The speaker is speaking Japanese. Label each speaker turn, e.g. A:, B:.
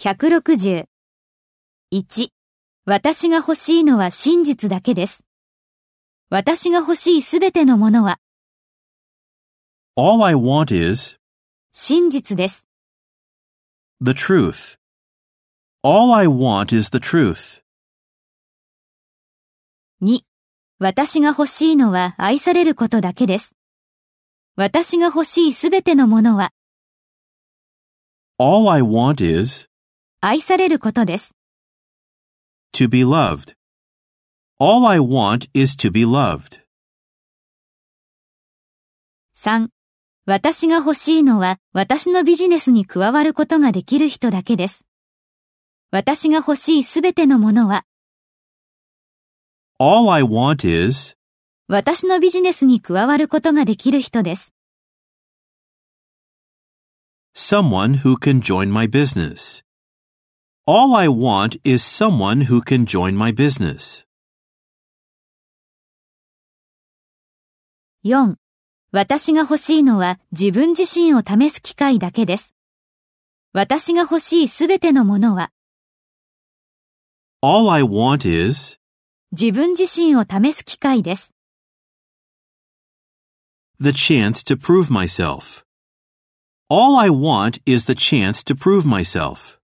A: 160。1. 私が欲しいのは真実だけです。私が欲しいすべてのものは
B: All I want is
A: 真実です。
B: the truth. All I want is the truth.
A: 2. 私が欲しいのは愛されることだけです。私が欲しいすべてのものは
B: All I want is
A: 愛されることです。
B: to be loved. All I want is to be loved.
A: 3. 私が欲しいのは私のビジネスに加わることができる人だけです。私が欲しいすべてのものは
B: All I want is
A: 私のビジネスに加わることができる人です。
B: someone who can join my business. All I want is someone who can join my business.
A: 4. 私が欲しいのは自分自身を試す機会だけです。私が欲しいすべてのものは
B: All I want is
A: 自分自身を試す機会です。
B: the chance to prove myself. All I want is the chance to prove myself.